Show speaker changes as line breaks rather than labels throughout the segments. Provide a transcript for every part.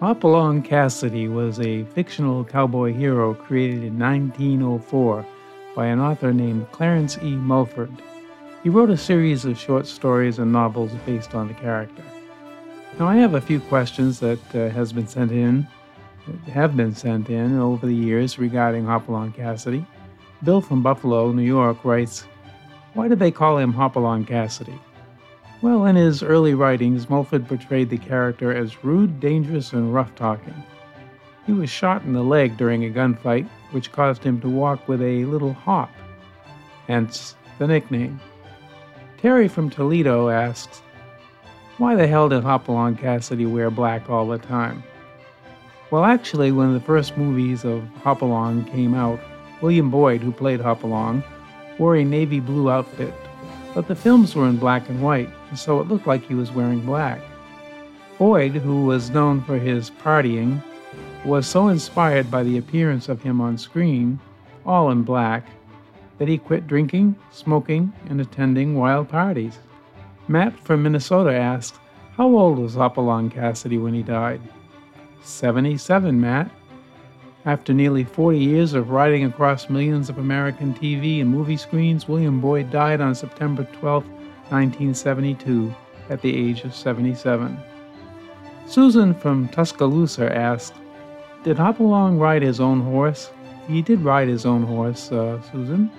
Hopalong Cassidy was a fictional cowboy hero created in 1904 by an author named Clarence E. Mulford. He wrote a series of short stories and novels based on the character. Now, I have a few questions that uh, has been sent in, that have been sent in over the years regarding Hopalong Cassidy. Bill from Buffalo, New York, writes, "Why did they call him Hopalong Cassidy?" Well, in his early writings, Mulford portrayed the character as rude, dangerous, and rough talking. He was shot in the leg during a gunfight, which caused him to walk with a little hop, hence the nickname. Terry from Toledo asks, Why the hell did Hopalong Cassidy wear black all the time? Well, actually, when the first movies of Hopalong came out, William Boyd, who played Hopalong, wore a navy blue outfit, but the films were in black and white, and so it looked like he was wearing black. Boyd, who was known for his partying, was so inspired by the appearance of him on screen, all in black, that he quit drinking, smoking, and attending wild parties. Matt from Minnesota asks, How old was Hopalong Cassidy when he died? 77, Matt. After nearly 40 years of riding across millions of American TV and movie screens, William Boyd died on September 12, 1972, at the age of 77. Susan from Tuscaloosa asked, Did Hopalong ride his own horse? He did ride his own horse, uh, Susan.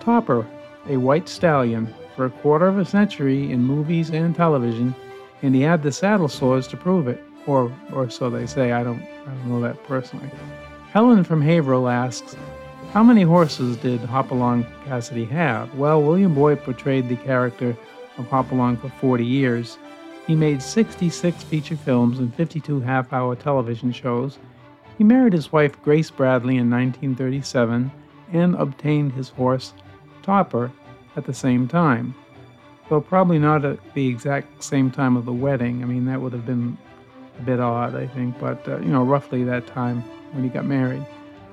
Topper, a white stallion, for a quarter of a century in movies and television, and he had the saddle sores to prove it, or, or so they say. I don't, I don't know that personally. Helen from Haverhill asks, How many horses did Hopalong Cassidy have? Well, William Boyd portrayed the character of Hopalong for 40 years. He made 66 feature films and 52 half hour television shows. He married his wife Grace Bradley in 1937 and obtained his horse, Topper, at the same time. Though probably not at the exact same time of the wedding. I mean, that would have been a bit odd, I think, but uh, you know, roughly that time when he got married.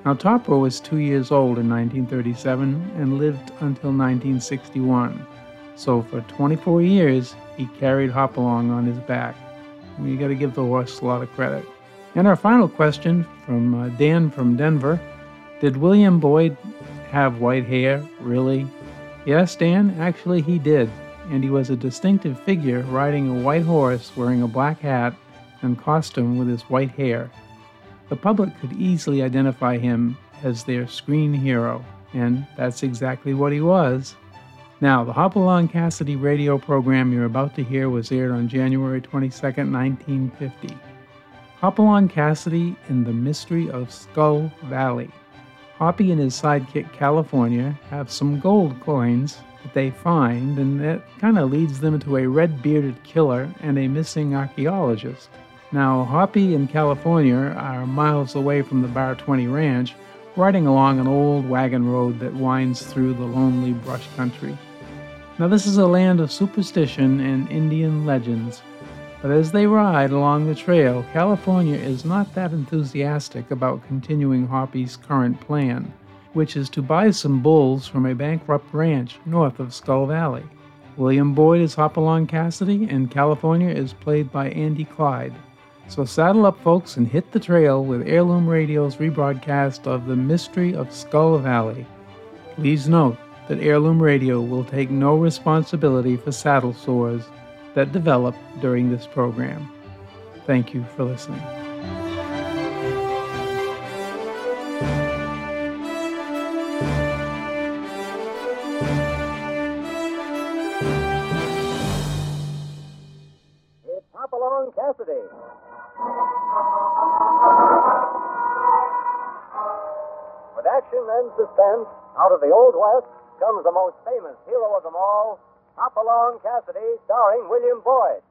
Now, Topper was two years old in 1937 and lived until 1961. So, for 24 years, he carried Hopalong on his back. I mean, you got to give the horse a lot of credit. And our final question from uh, Dan from Denver Did William Boyd have white hair, really? Yes, Dan, actually, he did. And he was a distinctive figure riding a white horse, wearing a black hat and costume with his white hair the public could easily identify him as their screen hero, and that's exactly what he was. Now, the Hopalong Cassidy radio program you're about to hear was aired on January 22, 1950. Hopalong Cassidy in the Mystery of Skull Valley. Hoppy and his sidekick California have some gold coins that they find, and that kind of leads them to a red bearded killer and a missing archaeologist. Now, Hoppy and California are miles away from the Bar 20 Ranch, riding along an old wagon road that winds through the lonely brush country. Now, this is a land of superstition and Indian legends, but as they ride along the trail, California is not that enthusiastic about continuing Hoppy's current plan, which is to buy some bulls from a bankrupt ranch north of Skull Valley. William Boyd is Hopalong Cassidy, and California is played by Andy Clyde. So saddle up, folks, and hit the trail with Heirloom Radio's rebroadcast of The Mystery of Skull Valley. Please note that Heirloom Radio will take no responsibility for saddle sores that develop during this program. Thank you for listening.
It's Hopalong Cassidy. With action and suspense, out of the Old West comes the most famous hero of them all, Hopalong Cassidy, starring William Boyd.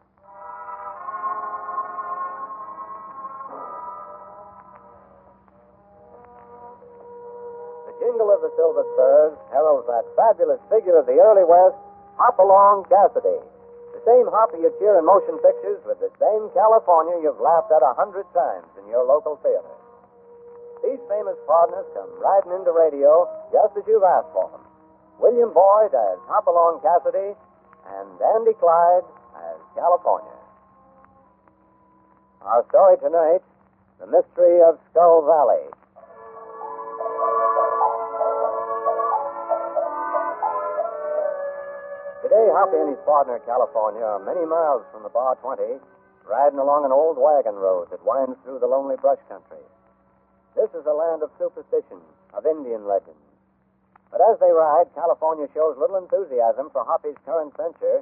The jingle of the silver spurs heralds that fabulous figure of the early West, Hopalong Cassidy. The same Hoppy you cheer in motion pictures with the same California you've laughed at a hundred times in your local theater. These famous partners come riding into radio just as you've asked for them. William Boyd as Hopalong Cassidy and Andy Clyde as California.
Our story tonight The Mystery of Skull Valley. Today, Hoppy and his partner, California, are many miles from the Bar 20, riding along an old wagon road that winds through the lonely brush country. This is a land of superstition, of Indian legends. But as they ride, California shows little enthusiasm for Hoppy's current venture,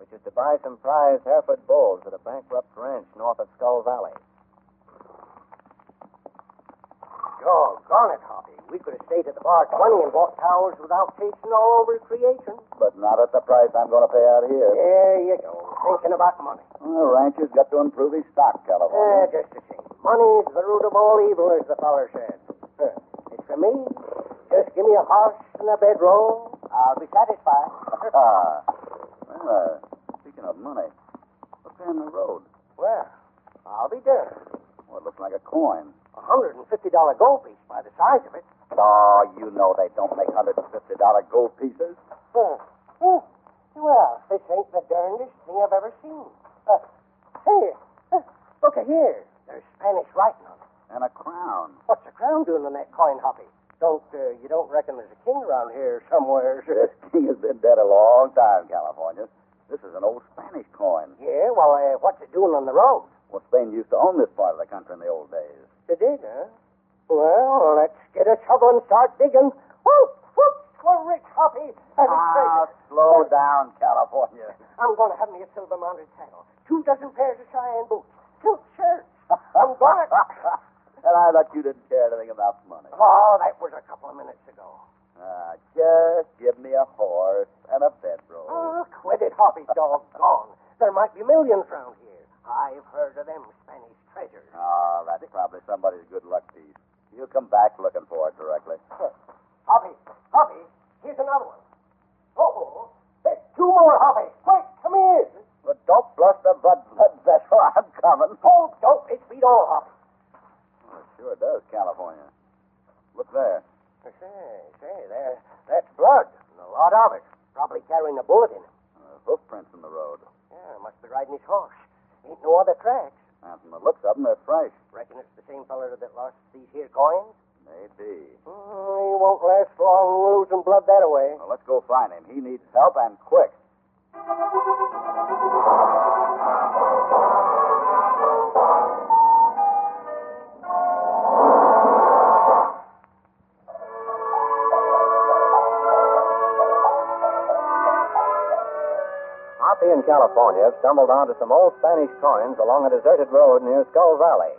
which is to buy some prize Hereford bulls at a bankrupt ranch north of Skull Valley.
Doggone it, Hoppy. We could have stayed at the bar 20 and bought towels without tasting all over creation.
But not at the price I'm going to pay out here.
There Eh, you go. Thinking about money.
The rancher's got to improve his stock,
Eh, just the same. Money's the root of all evil, as the feller said. Huh. It's for me. Just give me a horse and a bedroll. I'll be satisfied.
Ah. Well, uh, speaking of money, look there in the road.
well, I'll be there.
Well, it looks like a coin.
A hundred and fifty dollar gold piece by the size of it.
Oh, you know they don't make $150 gold pieces.
Huh. Huh. Hmm. Well, this ain't the darndest thing I've ever seen. Uh, hey, uh, look a here. There's Spanish writing on it.
And a crown.
What's the crown doing on that coin, Hoppy? Don't uh, you don't reckon there's a king around here somewhere?
This king has been dead a long time, California. This is an old Spanish coin.
Yeah, well, uh, what's it doing on the road?
Well, Spain used to own this part of the country in the old days.
It did, huh? Well, let's get a shovel and start digging. Whoop, whoop, for rich Hoppy. That is
Ah,
treasure.
slow down, California.
I'm going to have me a silver mounted saddle, two dozen pairs of Cheyenne boots, silk shirts. I'm going to.
and I thought you didn't care anything about money.
Oh, that was a couple of minutes ago.
Ah, just give me a horse and a bedroll.
Oh, quit it, Hoppy, doggone. There might be millions round here. I've heard of them Spanish treasures.
Oh, that's probably somebody's good luck piece. You come back looking for it directly.
Hoppy, Hoppy, here's another one. Oh, there's two more, Hoppy. Quick, come here.
But don't blush the blood, blood vessel. I'm coming.
Oh, don't it beat all, Hoppy.
Well, Oh, it sure does, California. Look there.
Say, say, there, that's blood. and A lot of it. Probably carrying a bullet in him.
Uh, hoof prints in the road.
Yeah, must be riding his horse. Ain't no other tracks.
And from the looks of them, they're fresh.
Reckon it's the same feller that lost these here coins?
Maybe.
Oh, he won't last long losing blood that away.
Well, let's go find him. He needs help and quick. Hoppy and California have stumbled onto some old Spanish coins along a deserted road near Skull Valley.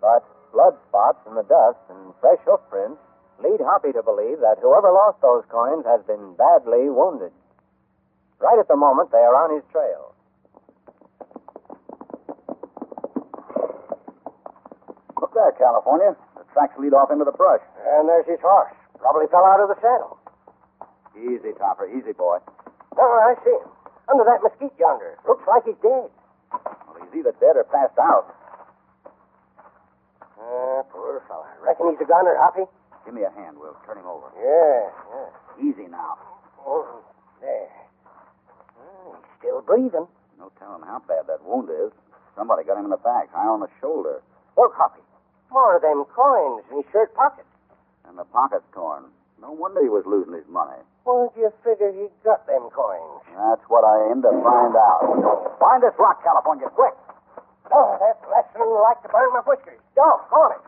But blood spots in the dust and fresh hoof prints lead Hoppy to believe that whoever lost those coins has been badly wounded. Right at the moment, they are on his trail. Look there, California. The tracks lead off into the brush.
And there's his horse. Probably fell out of the saddle.
Easy, Topper. Easy, boy.
No, I see him. Under that mesquite yonder. Looks like he's dead.
Well, he's either dead or passed out.
Ah, poor fella. Reckon he's a gunner, Hoppy?
Give me a hand. We'll turn him over.
Yeah, yeah.
Easy now.
Oh, there. Oh, he's still breathing.
No telling how bad that wound is. Somebody got him in the back, high on the shoulder.
Look, Hoppy. More of them coins in his shirt pocket.
And the pocket's torn. No wonder he was losing his money.
Where do you figure he got them coins?
That's what I aim to find out. Find this rock, California, quick.
Oh, that's less than like to burn my whiskers. Doggone it.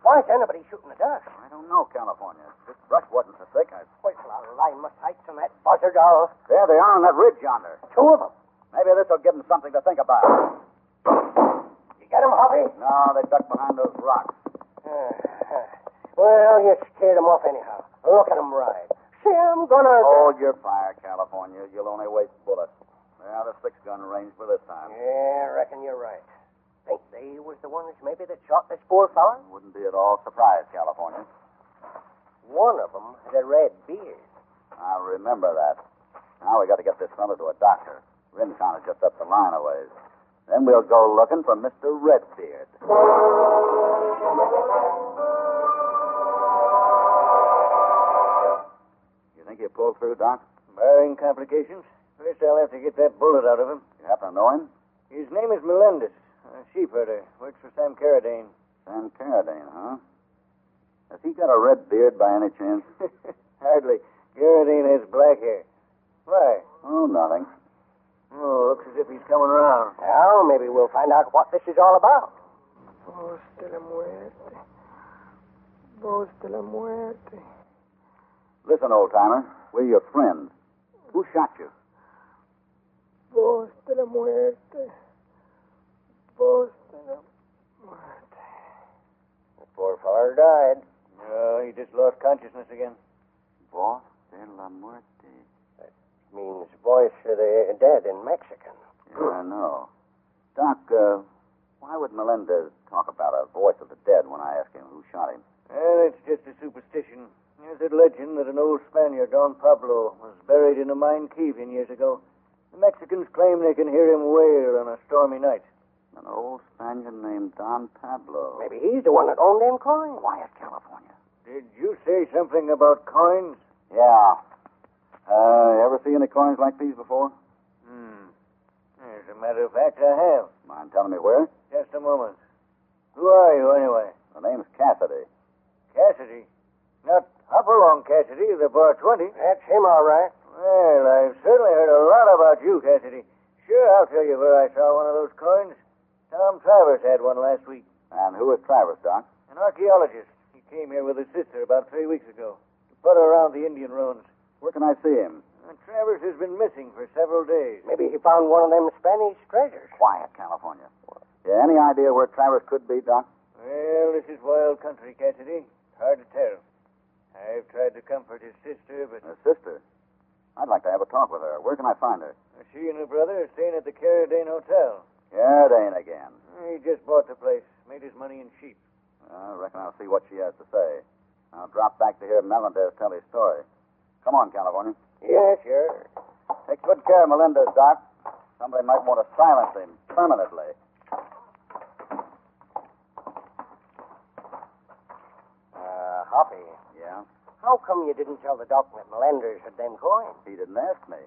Why is anybody shooting the dust?
I don't know, California. This brush wasn't so thick. I...
Wait till I line my sights on that buzzard. I'll...
There they are on that ridge yonder.
Two of them.
Maybe this will give them something to think about.
You get 'em, Hoppy?
No, they ducked behind those rocks.
well, you scared 'em off anyhow. Look at 'em ride. Oh, See, I'm gonna...
Hold your fire, California. You'll only waste bullets. They're out of six-gun range for this time.
Yeah, I reckon you're right. Think they was the ones maybe that shot this poor fella?
Wouldn't be at all surprised, California.
One of 'em had a red beard.
I remember that. Now we got to get this fellow to a doctor. Rincon is just up the line a ways. Then we'll go looking for Mr. Redbeard. You think he'll pull through, Doc?
Barring complications, first I'll have to get that bullet out of him.
You happen to know him?
His name is Melendez. A sheep herder. Works for Sam Carradine.
Sam Carradine, huh? Has he got a red beard by any chance?
Hardly. Carradine has black hair. Why?
Oh, nothing.
Oh, looks as if he's coming around.
Well, maybe we'll find out what this is all about.
Voz de la muerte. Voz de la muerte.
Listen, old timer, we're your friends. Who shot you?
Voz de la muerte. Voz de la muerte.
The poor feller died. No, Uh, he just lost consciousness again.
Voz de la muerte.
Means voice of the dead in Mexican.
Yeah, I know. Doc, uh, why would Melendez talk about a voice of the dead when I asked him who shot him?
Well, it's just a superstition. There's a legend that an old Spaniard, Don Pablo, was buried in a mine cave-in years ago. The Mexicans claim they can hear him wail on a stormy night.
An old Spaniard named Don Pablo.
Maybe he's the one that owned them coins.
Quiet, California.
Did you say something about coins?
Yeah. Uh, ever see any coins like these before?
Hmm. As a matter of fact, I have.
Mind telling me where?
Just a moment. Who are you, anyway?
The name's Cassidy.
Cassidy? Not Hopalong Cassidy, the bar 20.
That's him, all right.
Well, I've certainly heard a lot about you, Cassidy. Sure, I'll tell you where I saw one of those coins. Tom Travers had one last week,
And who is Travis, Doc?
an archaeologist. He came here with his sister about three weeks ago to put around the Indian ruins.
Where can I see him?
And Travers has been missing for several days.
Maybe he found one of them Spanish treasures.
Quiet, California. Yeah, any idea where Travis could be, Doc?
Well, this is wild country, Cassidy. Hard to tell. I've tried to comfort his sister, but
Her sister. I'd like to have a talk with her. Where can I find her?
she and her brother are staying at the Carradine Hotel.
Yeah, it ain't again.
He just bought the place, made his money in sheep.
I reckon I'll see what she has to say. I'll drop back to hear Melendez tell his story. Come on, California.
Yeah, sure.
Take good care of Melendez, Doc. Somebody might want to silence him permanently.
Uh, Hoppy,
Yeah?
how come you didn't tell the doctor that Melenders had them coins?
He didn't ask me.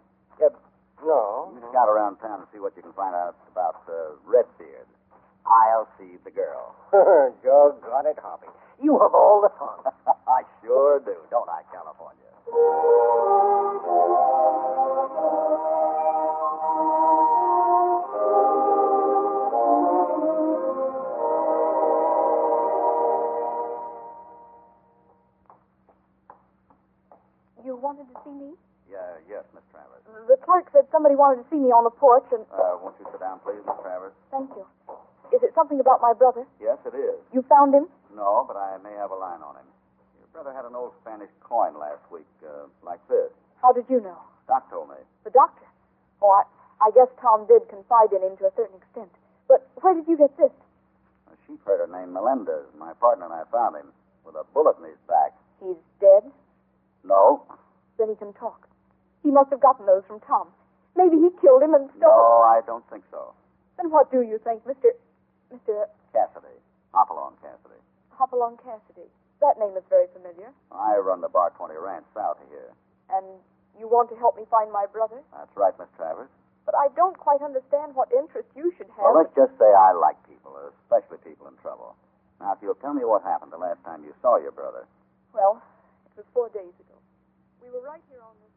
No.
You scout around town and see what you can find out about uh, Redbeard. I'll see the girl.
Doggone it, Hoppy. You have all the fun.
I sure do, don't I, California?
You wanted to see me?
Yeah, yes, Miss Travers.
The clerk said somebody wanted to see me on the porch, and
Uh, won't you sit down, please, Miss Travers?
thank you. Is it something about my brother?
Yes, it is.
You found him?
No, but I may have a line on him. Your brother had an old Spanish coin last week, uh, like this.
How did you know?
Doc told me.
The doctor. Oh, I, I guess Tom did confide in him to a certain extent. But where did you get this?
A sheep herder named Melendez, my partner, and I found him with a bullet in his back.
He's dead.
No,
Then he can talk. He must have gotten those from Tom. Maybe he killed him and stole.
no, I don't think so.
Then what do you think, Mr. Mr.
Cassidy, Hopalong Cassidy.
Hopalong Cassidy? That name is very familiar.
I run the Bar 20 Ranch south of here.
And you want to help me find my brother?
That's right, Miss Travers.
But I don't quite understand what interest you should have.
Well, let's just say I like people, especially people in trouble. Now, if you'll tell me what happened the last time you saw your brother.
Well, it was four days ago. We were right here on this.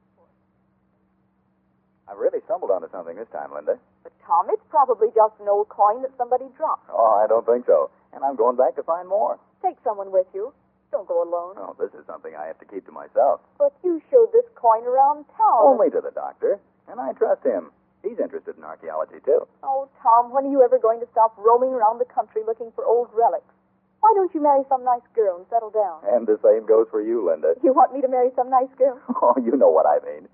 I've really stumbled onto something this time, Linda.
But, Tom, it's probably just an old coin that somebody dropped.
Oh, I don't think so. And I'm going back to find more.
Take someone with you. Don't go alone.
Oh, this is something I have to keep to myself.
But you showed this coin around town.
Only to the doctor. And I trust him. He's interested in archaeology, too.
Oh, Tom, when are you ever going to stop roaming around the country looking for old relics? Why don't you marry some nice girl and settle down?
And the same goes for you, Linda.
You want me to marry some nice girl?
Oh, you know what I mean.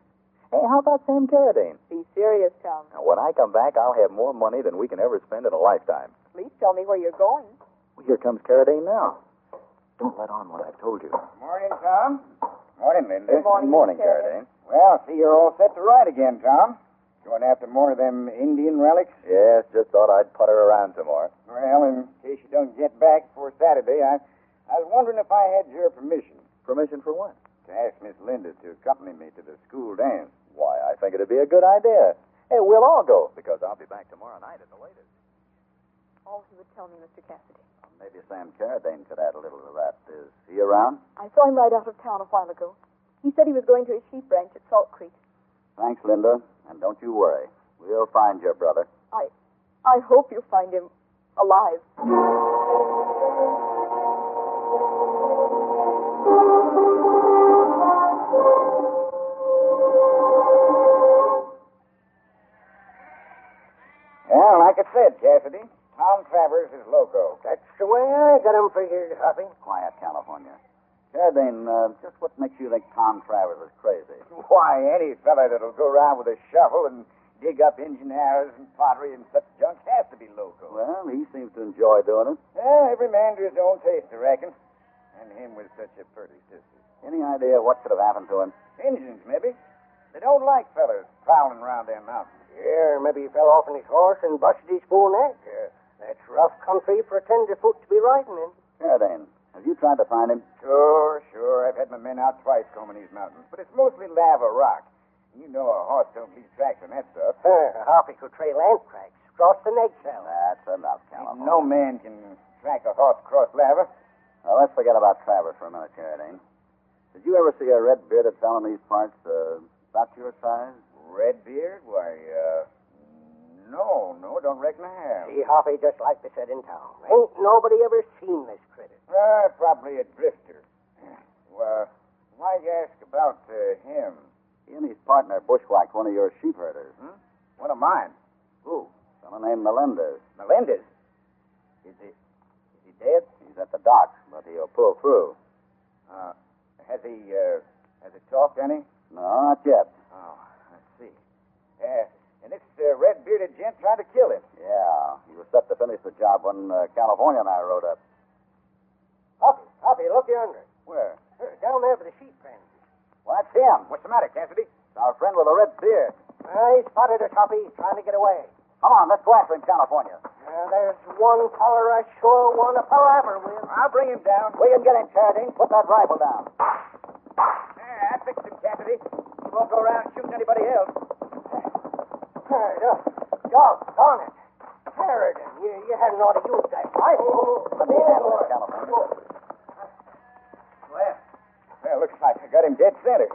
Hey, how about Sam Carradine?
Be serious, Tom.
Now, when I come back, I'll have more money than we can ever spend in a lifetime.
Please tell me where you're going.
Well, here comes Carradine now. Don't let on what I've told you.
Morning, Tom.
Morning, Linda.
Good morning,
morning
Mr.
Carradine.
Well, see, you're all set to ride again, Tom. Going after more of them Indian relics?
Yes, just thought I'd putter around some more.
Well, in case you don't get back before Saturday, I, I was wondering if I had your permission
Permission for what?
to ask Miss Linda to accompany me to the school dance.
Why, I think it'd be a good idea. Hey, we'll all go, because I'll be back tomorrow night at the latest.
all
Oh,
he would tell me, Mr. Cassidy.
Maybe Sam Carradine could add a little to that. Is he around?
I saw him ride out of town a while ago. He said he was going to his sheep ranch at Salt Creek.
Thanks, Linda. And don't you worry. We'll find your brother.
I hope you find him alive.
Well, like I said, Cassidy, Tom Travers is loco.
That's the way I got him figured, Hoppy.
Quiet, California. Carradine, uh, just what makes you think Tom Travers is crazy?
Why, any fella that'll go around with a shovel and dig up engine arrows and pottery and such junk has to be loco.
Well, he seems to enjoy doing it.
Yeah, every man to his own taste, I reckon. And him with such a pretty sister.
Any idea what could have happened to him?
Indians, maybe. They don't like fellers prowling around their mountains.
Yeah, maybe he fell off on his horse and busted his bull neck.
Yeah.
That's rough country for a tenderfoot to be riding in.
Carradine, have you tried to find him?
Sure, sure. I've had my men out twice combing these mountains, but it's mostly lava rock. You know a horse don't leave tracks on that stuff.
Huh, Hoppy could trail ant tracks across the neck cell.
That's enough, California.
No man can track a horse across lava.
Now, let's forget about Travers for a minute, Carradine. Did you ever see a red-bearded fellow in these parts uh, about your size?
Redbeard? Why, uh, no, no, don't reckon I have.
See, Hoppy, just like they said in town. Ain't nobody ever seen this critter.
Uh, probably a drifter. Well, why'd you ask about uh, him?
He and his partner bushwhacked one of your sheep herders.
One of mine.
Who? Someone named Melendez.
Melendez. Is he, is he dead?
He's at the docks, but he'll pull through.
Uh, has he, uh, has he talked any?
No, not yet.
Oh, I see. Uh, and this uh, red-bearded gent tried to kill him.
Yeah, he was set to finish the job when uh, California and I rode up.
Hoppy, Hoppy, look yonder.
Where?
Huh, Down there by the sheep pen.
Well, that's him.
What's the matter, Cassidy?
Our friend with the red beard.
I spotted us, Hoppy, trying to get away.
Come on, let's go after him, California.
Uh, there's one color I sure want to palaver with.
I'll bring him down.
We can get him, Carradine. Put that rifle down.
Yeah, I fixed him, Cassidy. He won't go around shooting anybody else.
Uh, doggone it. Harrigan, you, you hadn't ought to use that rifle.
Let me handle him, California.
Well, well, looks like I got him dead center.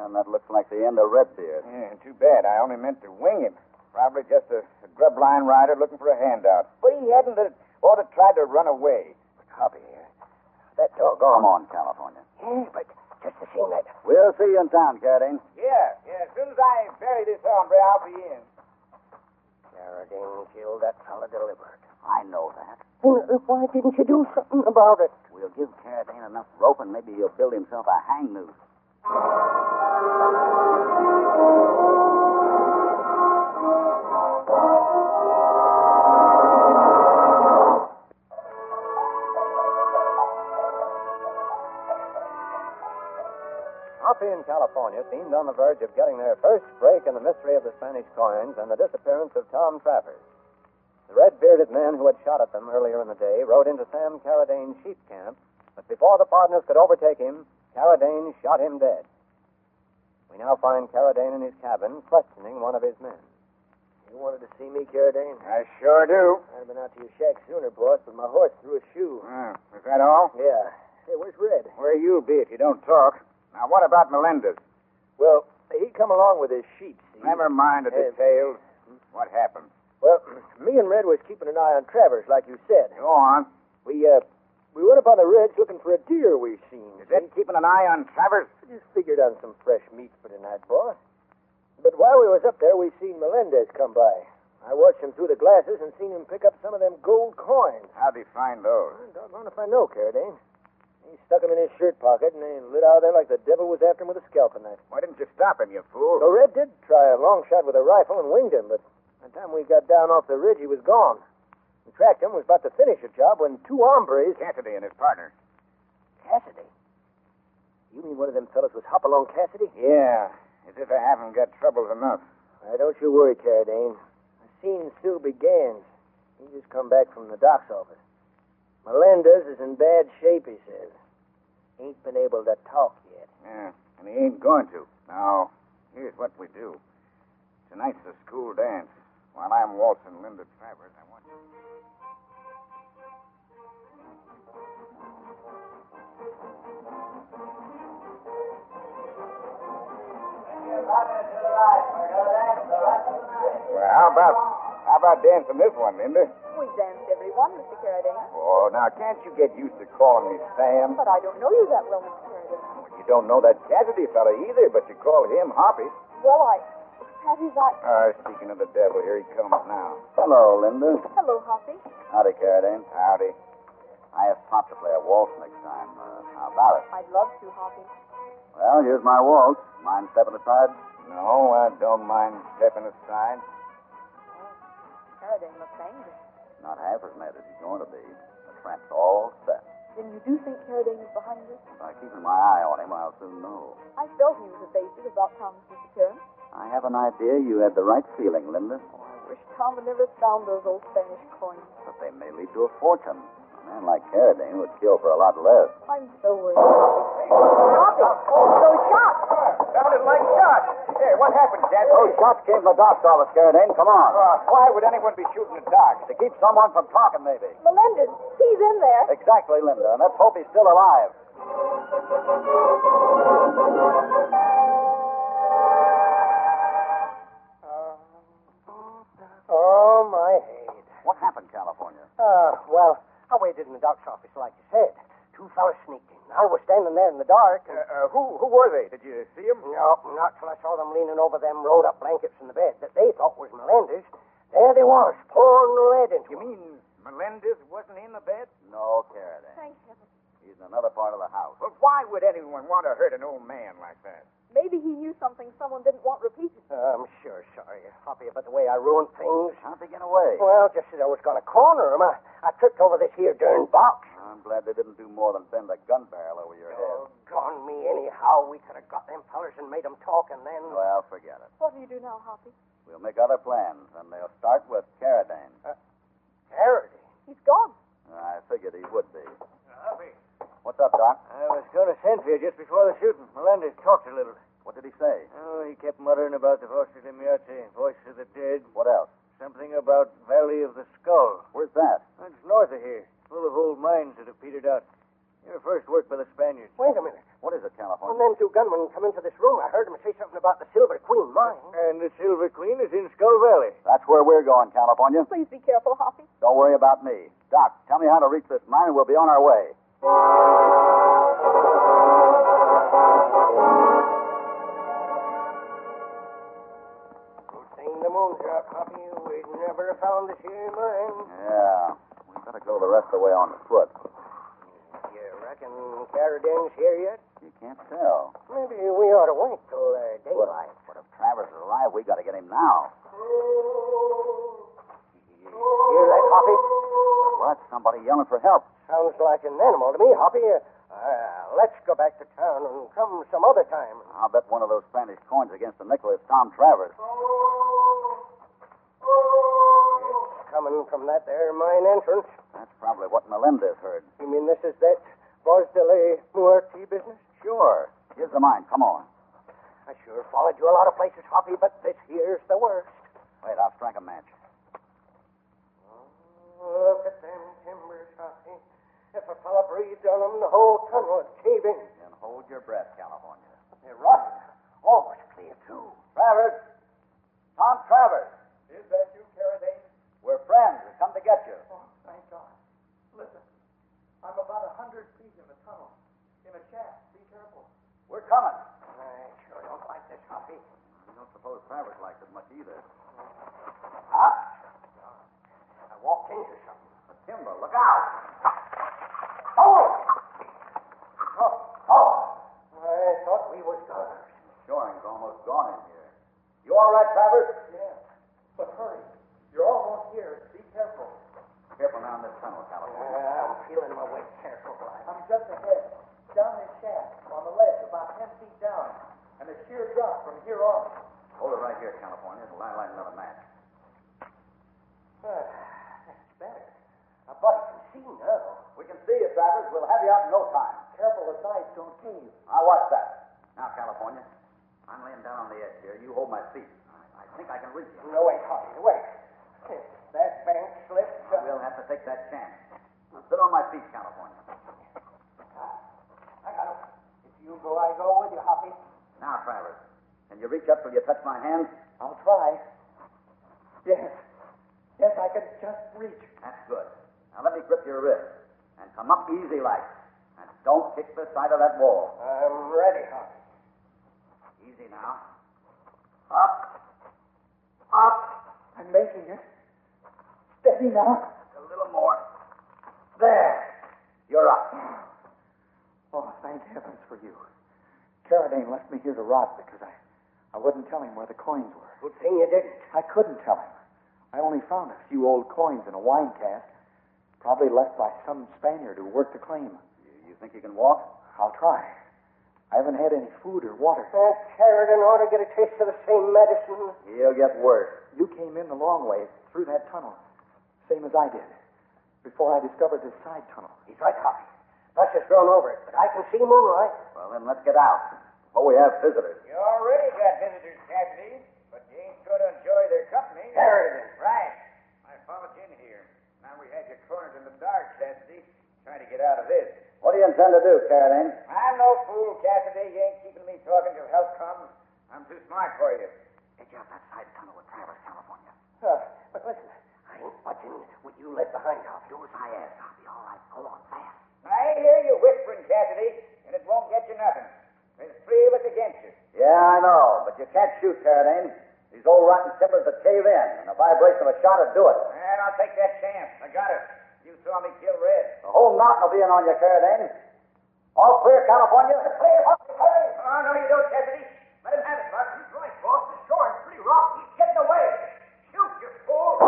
And that looks like the end of Redbeard.
Yeah, too bad. I only meant to wing him. Probably just a, a grub line rider looking for a handout. But he hadn't uh, ought to try to run away.
Hoppy, uh, that
Oh,
dog.
go Come on, California.
Yeah, but just the same, that
We'll see you in town, Carradine.
Yeah, yeah. As soon as I bury this hombre, I'll be in.
Carradine killed that fella deliberate.
I know that.
Well, why didn't you do something about it?
We'll give Carradine enough rope, and maybe he'll build himself a hang noose.
Hoppy and California seemed on the verge of getting their first break in the mystery of the Spanish coins and the disappearance of Tom Travers. The red bearded man who had shot at them earlier in the day rode into Sam Carradine's sheep camp, but before the partners could overtake him, Carradine shot him dead. We now find Carradine in his cabin questioning one of his men.
You wanted to see me, Carradine?
I sure do.
I'd have been out to your shack sooner, boss, but my horse threw a shoe.
is that all?
Yeah. Hey, where's Red?
Where you be if you don't talk? Now, what about Melendez?
Well, he come along with his sheep, see?
mind the
Uh,
details. What happened?
Well, me and Red was keeping an eye on Travers, like you said.
Go on.
We, uh, we went up on the ridge looking for a deer we seen. see?
keeping an eye on Travers?
I just figured on some fresh meat for tonight, boss. But while we was up there, we seen Melendez come by. I watched him through the glasses and seen him pick up some of them gold coins.
How'd he find those?
I Doggone if I know, Carradine. He stuck them in his shirt pocket and they lit out of there like the devil was after him with a scalping knife.
Why didn't you stop him, you fool?
So Red did try a long shot with a rifle and winged him, but by the time we got down off the ridge, he was gone. We tracked him, was about to finish the job when two hombres.
Cassidy and his partner.
Cassidy? You mean one of them fellas was Hopalong Cassidy?
Yeah, as if I haven't got troubles enough.
Now, don't you worry, Carradine. I seen Silby Gans. He just come back from the doc's office. Melendez is in bad shape, he says. Ain't been able to talk yet.
Yeah, and he ain't going to. Now, here's what we do. Tonight's the school dance. While I'm waltzing Linda Travers, I want you.
Well, how about how about dancing this one, Linda?
We danced everyone, Mr. Carradine.
Oh, now can't you get used to calling me Sam?
But I don't know you that well, Mr. Carradine.
Well, You don't know that Cassidy fella either, but you call him Hoppy.
Well, I. That is, I.
Uh,
Ah,
speaking of the devil, here he comes now. Hello, Linda.
Hello, Hoppy.
Howdy, Carradine. Howdy. I asked Pop to play a waltz next time. Uh, how about it?
I'd love to, Hoppy.
Well, here's my waltz. Mind stepping aside? No, I don't mind stepping aside.
Carradine looks angry.
Not half as mad as he's going to be. The trap's all set.
Then you do think Carradine is behind this?
By keeping my eye on him, I'll soon know.
I felt he was evasive about Tom's disappearance.
I have an idea you had the right feeling, Linda.
Oh, I wish Tom had never found those old Spanish coins.
But they may lead to a fortune. A man like Carradine would kill for a lot less.
I'm so worried, Hoppy. Hoppy! Oh, those shots!
Sounded like shots. Hey, what happened, Dad?
Oh,
Those shots came from the doc's office, Carradine. Come on.
Uh, why would anyone be shooting at Doc?
To keep someone from talking, maybe.
Melendez, he's in there.
Exactly, Linda. And let's hope he's still alive.
Oh, my head.
What happened, California?
Uh, well, I waited in the doc's office, like you said. Two fellas sneaked in. I was standing there in the dark. And...
Uh, who who were they? Did you see them?
No, not till I saw them leaning over them rolled up blankets in the bed that they thought was Melendez. There they was, pouring lead into
You
me.
mean Melendez wasn't in the bed?
No, Carradine.
Thank heaven.
He's in another part of the house.
Well, why would anyone want to hurt an old man like that?
Maybe he knew something someone didn't want repeated.
I'm sure sorry, Hoppy, about the way I ruined things.
How'd they get away?
Well, just as I was going to corner him, I, I tripped over this here darn box.
I'm glad they didn't do more than bend a gun barrel over your head.
Oh, Gone me anyhow. We could have got them fellers and made them talk, and then.
Well, forget it.
What do you do now, Hoppy?
We'll make other plans, and they'll start with Carradine.
Parody.
He's gone.
I figured he would be. What's up, Doc?
I was going to send for you just before the shooting. Melendez talked a little.
What did he say?
Oh, he kept muttering about the Voce de Muerte, Voice of the Dead.
What else?
Something about Valley of the Skull.
Where's that?
It's north of here, full of old mines that have petered out. Your first work by the Spaniards. Wait a minute.
What is it,
When
California?
them two gunmen come into this room, I heard them say something about the Silver Queen mine. And the Silver Queen is in Skull Valley.
That's where we're going, California.
Please be careful, Hoppy.
Don't worry about me. Doc, tell me how to reach this mine, and we'll be on our way.
Good thing the moon's out, Hoppy. We'd never have found this here mine.
Yeah. We better go the rest of the way on foot.
You reckon Carradine's here yet?
You can't tell.
Maybe we ought to wait till uh, daylight.
But if Travers is alive, we gotta get him now.
Hear that, Hoppy?
What? Somebody yelling for help.
Sounds like an animal to me, Hoppy. Uh, uh, let's go back to town and come some other time.
I'll bet one of those Spanish coins against the nickel is Tom Travers.
It's coming from that there mine entrance.
That's probably what Melendez heard.
You mean this is that Vos de la Muerte business?
Sure. Here's the mine. Come on.
I sure followed you a lot of places, Hoppy, but this here's the worst.
Wait, I'll strike a match.
Oh, Look at them timbers, Hoppy. If a fella breathed on them, the whole tunnel would cave in.
Then hold your breath, California.
They're rotten. Almost clear, too.
Travers! Tom Travers!
Is that you, Carradine?
We're friends. We come to get you.
Oh, thank God. Listen, I'm about a hundred feet in the tunnel, in a shaft. Be careful.
We're coming.
I sure don't like this, Hoppy.
I don't suppose Travers likes it much either.
I walked into something.
Timber, look out!
Oh! Oh! Oh! I thought we was goners.
Shoring's almost gone in here. You all right, Travers?
Yeah. But hurry. You're almost here. Be careful.
Careful now in this tunnel, California.
I'm feeling my way careful, like.
I'm just ahead, down this shaft, on the ledge, about ten feet down, and a sheer drop from here on.
Hold it right here, California. Till I light another match.
Uh, That's better. My body can see now.
We can see you, Travers. We'll have you out in no time.
Careful the sides don't cave.
I'll watch that. Now, California, I'm laying down on the edge here. You hold my feet. I, I think I can reach you.
No way, Hoppy, wait. If that bank slips, uh,
We'll have to take that chance. Now, sit on my feet, California.
Ah, I got it. If you go, I go with you, Hoppy.
Now, Travers, Can you reach up till you touch my hand?
I'll try. Yes. Yes, I can just reach.
That's good. Now let me grip your wrist. And come up easy like. And don't kick the side of that wall.
I'm ready, Hop.
Easy now. Up. Up.
I'm making it. Steady now.
A little more. There. You're up.
Oh, thank heavens for you. Carradine left me here to rot because I, I wouldn't tell him where the coins were.
Good thing you didn't.
I couldn't tell him. I only found a few old coins in a wine cask, probably left by some Spaniard who worked the claim.
You, you think you can walk?
I'll try. I haven't had any food or water.
That Sheridan ought to get a taste of the same medicine.
He'll get worse.
You came in the long way through that tunnel, same as I did, before I discovered this side tunnel.
He's right, Hoppy. Dust has grown over it, but I can see moonlight.
Well, then let's get out. Oh, we have visitors.
You already got visitors, Cassidy, but you ain't going to enjoy their company.
Sheridan.
Right. I followed you in here. Now we had you cornered in the dark, Cassidy. Trying to get out of this.
What do you intend to do, Carradine?
I'm no fool, Cassidy. You ain't keeping me talking till help comes. I'm too smart for you.
Get you out that side tunnel with Traverse, California.
Huh.
But listen, I ain't budging. What you left behind, I'll do as I ask. I'll be all right. Go on, fast.
I hear you whispering, Cassidy, and it won't get you nothing. There's three of us against you.
Yeah, I know, but you can't shoot, Carradine. These old rotten timbers would cave in, and the vibration of a shot would do it.
And I'll take that chance. I got it. You saw me kill Red.
The whole mountain will be in on you, Carradine. All clear, California? Clear, hurry!
Oh, no, you don't, Cassidy. Let him have it, Buck. He's right, boss. The shore is pretty rocky. He's getting away. Shoot, you fool.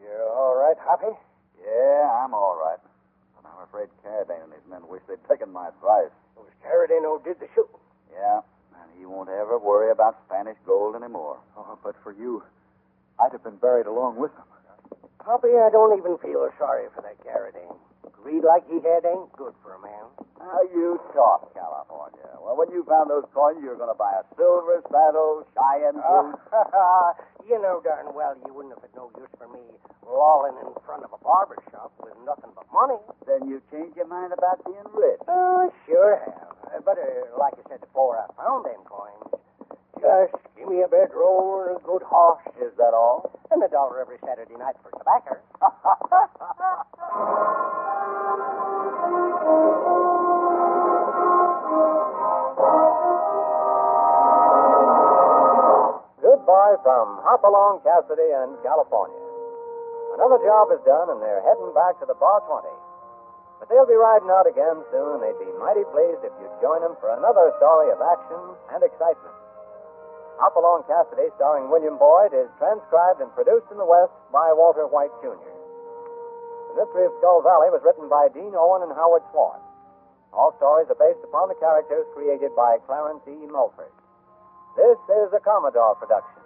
You're all right, Hoppy?
Yeah, I'm all right. But I'm afraid Carradine and his men wish they'd taken my advice.
It was Sheridan who did the shooting.
Yeah, and he won't ever worry about Spanish gold anymore.
Oh, but for you, I'd have been buried along with them.
Hoppy, I don't even feel sorry for that Carradine. Greed like he had ain't good for a man.
How you talk, California. Well, when you found those coins, you were going to buy a silver saddle, Cheyenne
Oh,
Uh.
boots.
you know darn well you wouldn't have had no use for me lolling in front of a barber shop with nothing but money.
Then you changed your mind about being rich.
Oh, sure have. But uh, like I said before, I found them coins. Just give me a bedroll and a good horse
Is that all?
and a dollar every Saturday night for tobacco. Goodbye from Hopalong, Cassidy, and California. Another job is done, and they're heading back to the Bar 20. But they'll be riding out again soon. They'd be mighty pleased if you'd join them for another story of action and excitement. Hopalong Cassidy, starring William Boyd, is transcribed and produced in the West by Walter White, Jr. The Mystery of Skull Valley was written by Dean Owen and Howard Swartz. All stories are based upon the characters created by Clarence E. Mulford. This is a Commodore production.